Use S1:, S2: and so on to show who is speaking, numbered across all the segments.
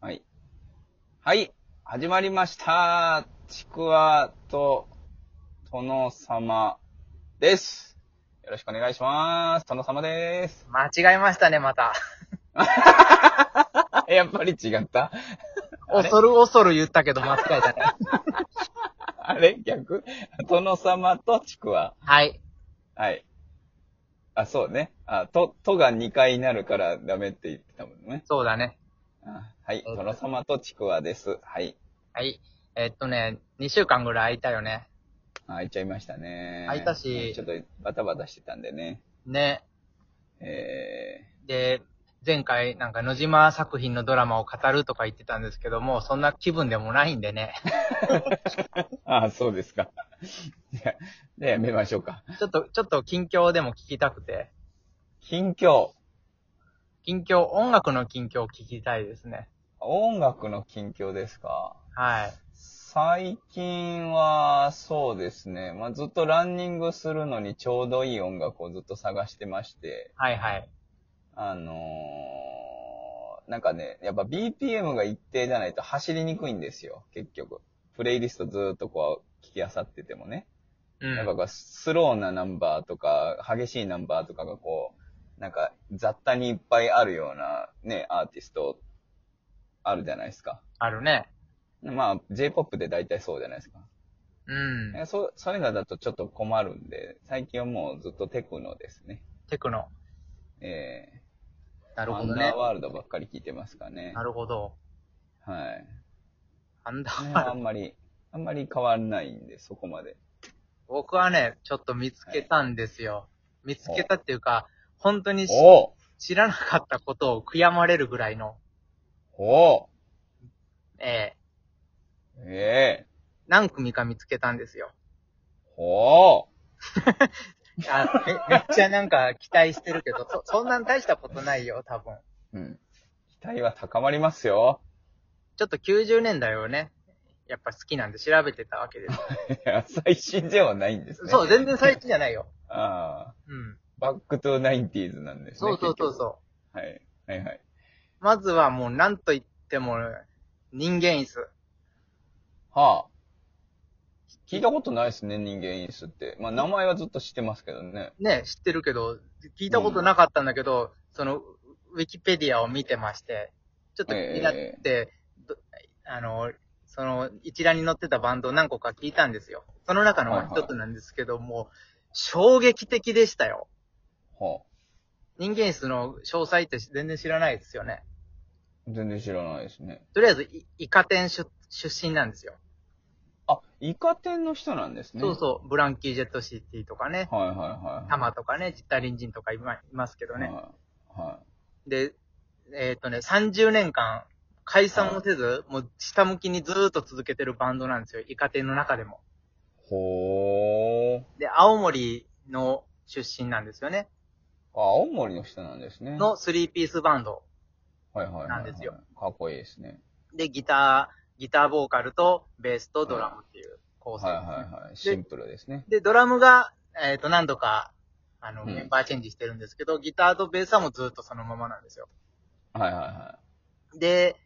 S1: はい。はい。始まりました。ちくわと殿様です。よろしくお願いします。殿様です。
S2: 間違えましたね、また。
S1: やっぱり違ったあれ
S2: 恐る恐る言ったけど間違えたね。
S1: あれ逆殿様とちくわ。
S2: はい。
S1: はい。あ、そうね。あ、と、とが2回になるからダメって言ってたもんね。
S2: そうだね。
S1: あはい。殿様とちくわです。はい。
S2: はい。えっとね、2週間ぐらい空いたよね。
S1: あ開いちゃいましたね。
S2: 開いたし
S1: ちょっとバタバタしてたんでね。
S2: ね。
S1: え
S2: で、前回なんか野島作品のドラマを語るとか言ってたんですけども、そんな気分でもないんでね。
S1: ー、ああ、そうですか。 じゃあじゃあやめましょうか。
S2: ちょっと、ちょっと近況でも聞きたくて。
S1: 近況。
S2: 近況、音楽の近況を聞きたいですね。
S1: 音楽の近況ですか
S2: はい。
S1: 最近は、そうですね。まあ、ずっとランニングするのにちょうどいい音楽をずっと探してまして、
S2: はいはい。
S1: あのーなんかね、やっぱ BPM が一定じゃないと走りにくいんですよ、結局。プレイリストずーっとこう、聞きあさっててもね。
S2: うん。
S1: やっぱこうスローなナンバーとか、激しいナンバーとかがこう、なんか雑多にいっぱいあるようなね、アーティスト、あるじゃないですか。
S2: あるね。
S1: まあ、J-POP で大体そうじゃないですか。
S2: うん。
S1: えそ、それがだとちょっと困るんで、最近はもうずっとテクノですね。
S2: テクノ。
S1: ええ
S2: なる
S1: ア
S2: ほ
S1: ン
S2: ど
S1: ダ
S2: ね
S1: ー。ワールドばっかり聞いてますかね
S2: な。るほど。
S1: はい。
S2: アンダ
S1: ね
S2: ーワール
S1: あ
S2: ド
S1: んまり、あんまり変わらないんで、そこ まで。
S2: 僕はね、ちょっと見つけたんですよ。見つけたっていうか、本当にし
S1: お
S2: 知らなかったことを悔やまれるぐらいの、
S1: お
S2: え
S1: ええ
S2: ー、何組か見つけたんですよ。
S1: お
S2: あめ めっちゃなんか期待してるけど、そそんなん大したことないよ、多分。
S1: うん。期待は高まりますよ。
S2: ちょっと90年代をね、やっぱ好きなんで調べてたわけです。
S1: いや 最新ではないんですね。
S2: そう、全然最近じゃないよ。
S1: ああ。
S2: うん。
S1: バックトゥナインティーズなんですね。
S2: そうそうそう
S1: う。
S2: そ
S1: はい。はいはい。
S2: う。まずはもうなんと言っても、人間椅子。
S1: はあ。聞いたことないですね、人間椅子って。まあ、名前はずっと知ってますけどね。
S2: ね、知ってるけど、聞いたことなかったんだけど、その、ウィキペディアを見てまして、ちょっと気になって、どあの、その、一覧に載ってたバンドを何個か聞いたんですよ。その中
S1: はい
S2: の
S1: はい
S2: 一つなんですけども、衝撃的でしたよ。
S1: はあ。
S2: 人間室の詳細って全然知らないですよね。
S1: 全然知らないですね。
S2: とりあえず、いイカ天出出身なんですよ。
S1: あ、イカ天の人なんですね。
S2: そうそう、ブランキー・ジェット・シティとかね、
S1: う。はいはいはい。
S2: タマとかね、ジッタリンジンとかいまいますけどね。
S1: はい。は
S2: で、えっ、とね、30年間、解散もせず、もう下向きにずーっと続けてるバンドなんですよ。イカ天の中でも。
S1: い。ほー。
S2: で、青森の出身なんですよね。
S1: あ、青森の人なんですね。
S2: の3ピースバンド。
S1: はいはいはいはい。
S2: なんですよ。
S1: かっこいいですね。
S2: で、ギター、ギターボーカルとベースとドラムっていう構成
S1: はい
S2: ですね、
S1: はいはい。シンプルですね。
S2: で、ドラムが、えっ、と、何度か、あの、
S1: うん
S2: メンバーチェンジしてるんですけど、ギターとベースはもうずーっとそのままなんですよ。
S1: はいはいは
S2: で、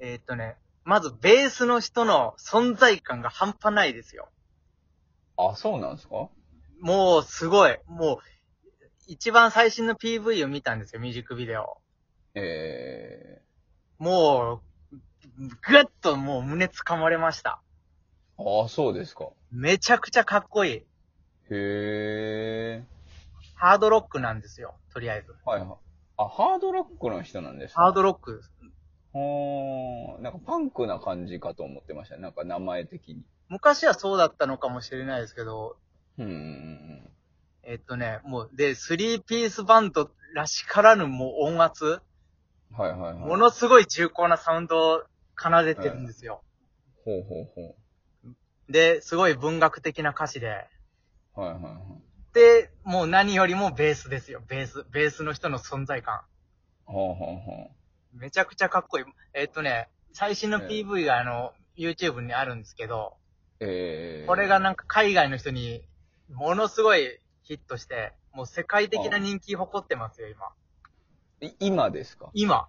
S2: えっ、とね、まずベースの人の存在感が半端ないですよ。
S1: い。あ、そうなんですか
S2: もうすごい。もう、一番最新の PV を見たんですよ、ミュージックビデオ。
S1: え
S2: もう、ぐっともう胸掴まれました。
S1: えー。あ、そうですか。
S2: めちゃくちゃかっこいい。
S1: へえ。
S2: ハードロックなんですよ、とりあえず。
S1: はいはい。あ、ハードロックの人なんです
S2: ハー
S1: ド
S2: ドロック。
S1: ほー。なんかパンクな感じかと思ってました。なんか名前的に。
S2: 昔はそうだったのかもしれないですけど、
S1: うんうんうん。
S2: えっとね、もう、で、スリーピースバンドらしからぬもう音圧、
S1: はいはいはい。
S2: ものすごい重厚なサウンドを奏でてるんですよ。
S1: ほうほうほ
S2: で、すごい文学的な歌詞で、
S1: う。はいはいはい。
S2: で、もう何よりもベースですよ、ベース。ベースの人の存在感。
S1: ほうほうほ
S2: めちゃくちゃかっこいい。えっとね、最新の
S1: ええ
S2: PV があの、YouTube にあるんですけど、
S1: う。ええー。
S2: これがなんか海外の人に、ものすごいヒットして、もう世界的な人気誇ってますよ、今。
S1: い今ですか
S2: 今。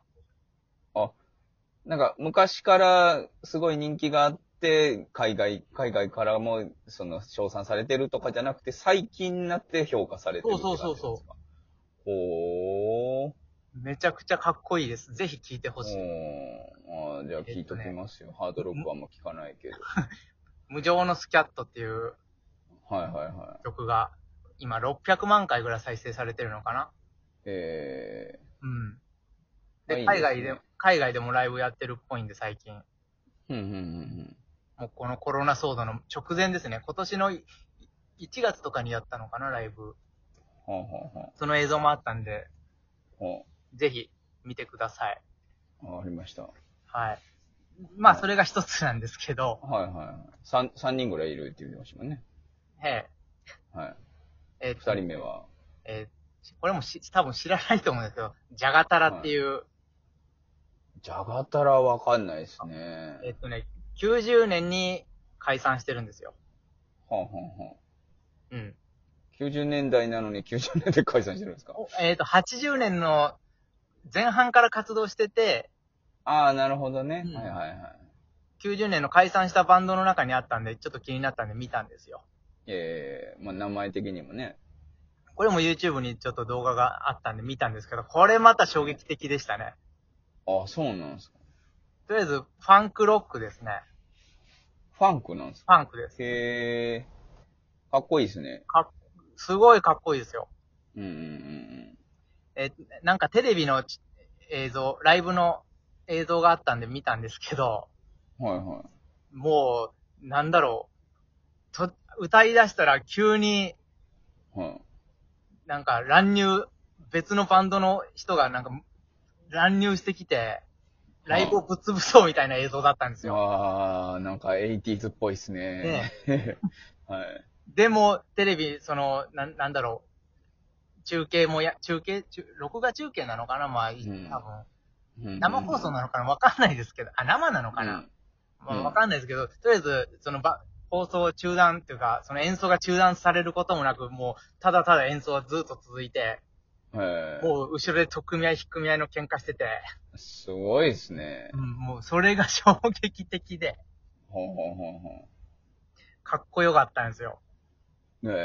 S1: なんか昔からすごい人気があって、海外、海外からも、その、称賛されてるとかじゃなくて、最近になって評価されてるって感じなんですか。
S2: そうそうそう
S1: う。ほー。
S2: めちゃくちゃかっこいいです。ぜひ聞いてほしい。
S1: おーあーじゃあ聞いときますよ。ハードロックはあんま聞かないけど。
S2: 無情のスキャットっていう
S1: はいはいはい。
S2: 曲が、今600万回ぐらい再生されてるのかな
S1: え
S2: うん。
S1: あい
S2: で、
S1: いですね
S2: 海外で、海外でもライブやってるっぽいんで、最近。
S1: ー。うんうんうん
S2: もうこのコロナ騒動の直前ですね。今年のい1月とかにやったのかな、ライブ。
S1: うん。はあ、はあは
S2: その映像もあったんで、
S1: あ、は
S2: ぜひ見てください。
S1: あ。わかりました。は
S2: はい。まあ、
S1: はい
S2: それが一つなんですけど、
S1: いはいはい。三、三人ぐらいいるって言ってましたもんね。
S2: え
S1: はい。
S2: え、えっ
S1: 二
S2: と
S1: 人目は。
S2: えーこれもし多分知らないと思うんですけど、ジャガタラっていう、
S1: じゃがたらわかんないですね。
S2: えっとね、90年に解散してるんですよ。
S1: はあ、はあは
S2: うん。
S1: あ、90年代なのに90年代解散してるんですか
S2: おえっ、と、80年の前半から活動してて、
S1: ああ、なるほどね。
S2: うん
S1: はいはいはい。
S2: 90年の解散したバンドの中にあったんで、ちょっと気になったんで見たんですよ。
S1: ええまあ名前的にもね。
S2: これも YouTube にちょっと動画があったんで見たんですけど、これまた衝撃的でしたね。
S1: ああ、そうなんですか。
S2: とりあえず、ファンクロックですね。
S1: ファンクなんですか
S2: ファンクです。
S1: へえかっこいいですね。
S2: すごいかっこいいですよ。
S1: うんうんうん
S2: えーなんかテレビのち映像、ライブの映像があったんで見たんですけど、
S1: うん。はいはい。
S2: もう、なんだろう、と、歌い出したら急に
S1: はい。
S2: なんか乱入、別のバンドの人がなんか乱入してきて、ライブをぶっ潰そうみたいな映像だったんですよ。
S1: ああ、なんか 80s っぽいっすね。 はい。
S2: でも、テレビ、その、なん、なんだろう、中継もや、中継、中録画中継なのかなまあ、い多
S1: うん
S2: 分。
S1: うんうん
S2: 生放送なのかなわかんないですけど、あ、生なのかな、ま
S1: う
S2: あ、
S1: ん
S2: わかんないですけど、とりあえず、そのば、放送中断っていうか、その演奏が中断されることもなく、もう、ただただ演奏はずっと続いて、
S1: うんへえ
S2: もう、後ろで特組合、引っ組合の喧嘩してて、
S1: すごいっすね
S2: う。ん、もう、それが衝撃的で、
S1: ほうほうほうほ
S2: かっこよかったんですよ。
S1: う。へ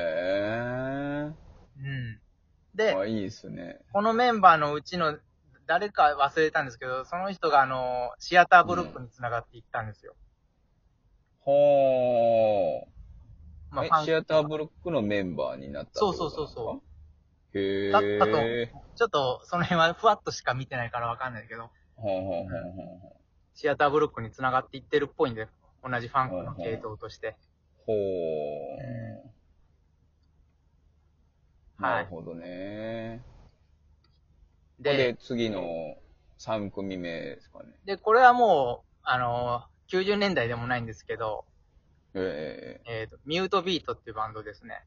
S2: う
S1: え
S2: ん。で、
S1: あ、いいっすね。
S2: このメンバーのうちの、誰か忘れたんですけど、その人が、あの、シアターブロックに繋がっていったんですよ。
S1: ほう。
S2: まあ、
S1: え
S2: ファン
S1: シアターブロックのメンバーになったってことなんですか
S2: そうそうそう
S1: う。へえ。
S2: だったと思うちょっと、その辺はふわっとしか見てないからわかんないけど、
S1: ほうほうほうほう
S2: シアターブロックに繋がっていってるっぽいんで、同じファンクの系統として。
S1: ほう。
S2: うはい
S1: なるほどね。
S2: で
S1: で、、次の3組目ですかね。
S2: で、これはもう、あのー、90年代でもないんですけど、
S1: ええ
S2: えっ、と、ミュートビートっていうバンドですね。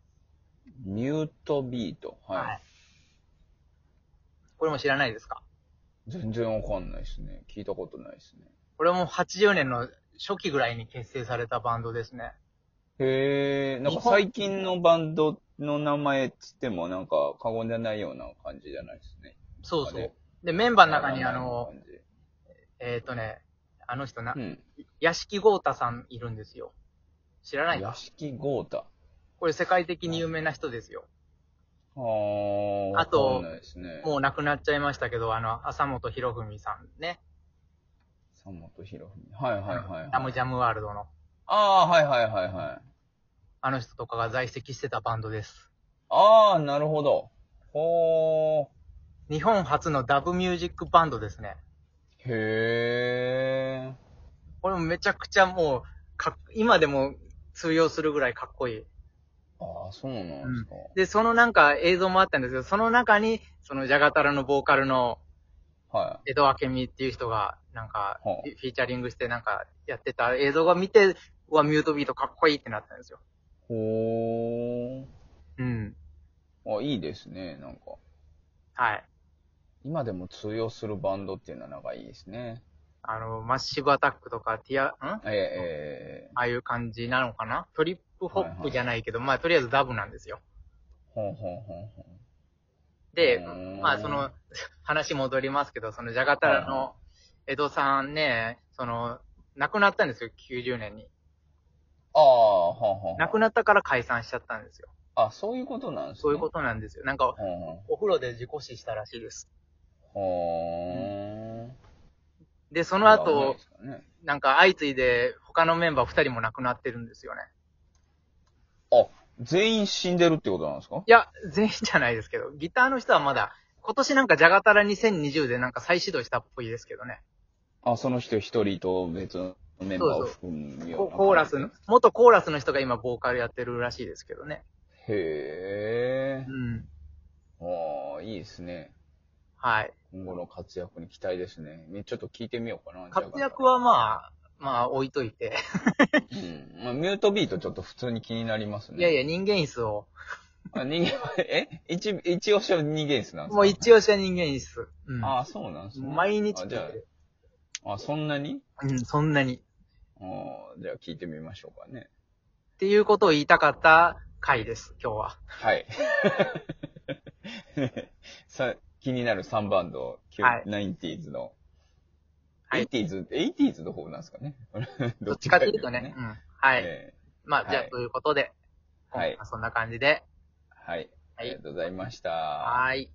S1: ミュートビート。はい。
S2: これも知らないですか
S1: 全然わかんないですね。聞いたことないですね。
S2: これも80年の初期ぐらいに結成されたバンドですね。
S1: へえ、なんか最近のバンドの名前っつってもなんか過言じゃないような感じじゃないですね。
S2: そうそ
S1: あれ
S2: う。で、メンバーの中にあ
S1: 名
S2: の
S1: 前感
S2: ー、えっ、とね、あの人な
S1: じ、うん。
S2: 屋敷豪太さんいるんですよ。知らない
S1: 屋敷豪太。
S2: これ世界的に有名な人ですよ。
S1: ああ。
S2: あと
S1: わかんないですね。
S2: もう亡くなっちゃいましたけど、あの、浅本博文さんね。
S1: 山本博文。はいはいはいはい。
S2: ラムジャムワールドの。
S1: ああ、はいはいはいはい。
S2: あの人とかが在籍してたバンドです。
S1: ああ、なるほど。ほー。
S2: 日本初のダブミュージックバンドですね。
S1: へえ。
S2: これもめちゃくちゃもう、かっ今でも通用するぐらいかっこいい。
S1: ああ、そうなんですか。
S2: で、そのなんか映像もあったんですけど、その中に、そのジャガタラのボーカルの
S1: は
S2: 江戸明美っていう人が、なんか、
S1: はあ
S2: フィフィーチャリングしてなんかやってた映像が見て、うわ、ミュートビートかっこいいってなったんですよ。
S1: い。ほ
S2: うん。
S1: ー。あ、いいですね、なんか。
S2: はい。
S1: 今でも通用するバンドっていうのはなんかいいですね。
S2: あの、マッシブアタックとか、ティア、ん
S1: ええええええ
S2: ああいう感じなのかなトリップホップじゃないけど、まあ、とりあえずダブなんですよ。
S1: ほんほんほんほん。
S2: で
S1: うーん、
S2: まあ、その、話戻りますけど、その、ジャガタラの、江戸さんね、その、亡くなったんですよ、90年に。
S1: ああ、はんはん。
S2: 亡くなったから解散しちゃったんですよ。
S1: あ、そういうことなんですね。。
S2: そういうこととなんですよ。なんか、お風呂で事故死したらしいです。
S1: ほー。
S2: で、そ
S1: 危
S2: の
S1: ない
S2: 後
S1: で、すからね
S2: なんか相次いで他のメンバー2人も亡くなってるんですよね。
S1: あ、全員死んでるってことなんですか
S2: いや、全員じゃないですけど、ギターの人はまだ、今年なんかジャガタラ2020でなんか再始動したっぽいですけどね。
S1: あ、その人一人と別のメンバーを含むよう
S2: コ
S1: な。
S2: コーラスの。、元コーラスの人が今ボーカルやってるらしいですけどね。
S1: へ
S2: う
S1: え。
S2: ん。
S1: ああ、いいですね。
S2: はい。
S1: 今後の活躍に期待ですね。ちょっと聞いてみようかな。
S2: 活躍
S1: は、
S2: はまあ、まあ置いといて。
S1: うんまあ、ミュートビートちょっと普通に気になりますね。
S2: いやい
S1: や。
S2: や、人間椅子を。
S1: あ人間 は、え一、一押しは人間ですなんですか
S2: もう一押しは人間椅子。うん。
S1: ああ、そうなんですね。
S2: 毎日
S1: あ
S2: 聞い
S1: じ
S2: て
S1: ゃ
S2: る。
S1: あ、あ、そんなに
S2: うん、そんなに。
S1: あーじゃあ聞いてみましょうかね。
S2: っていうことを言いたかった回です、今日は。
S1: はい。 さ気になる3バンド、キュ
S2: はい
S1: ナインティーズの。
S2: はい
S1: エイティーズ、エイティーズの方なんですかね。
S2: どっちかというとね。うん。はい。
S1: え
S2: まあ、じゃあ、
S1: はい
S2: ということで、今
S1: はい
S2: 回はそんな感じで。
S1: ーはい。あ
S2: はい
S1: りがとうございました。
S2: はーい。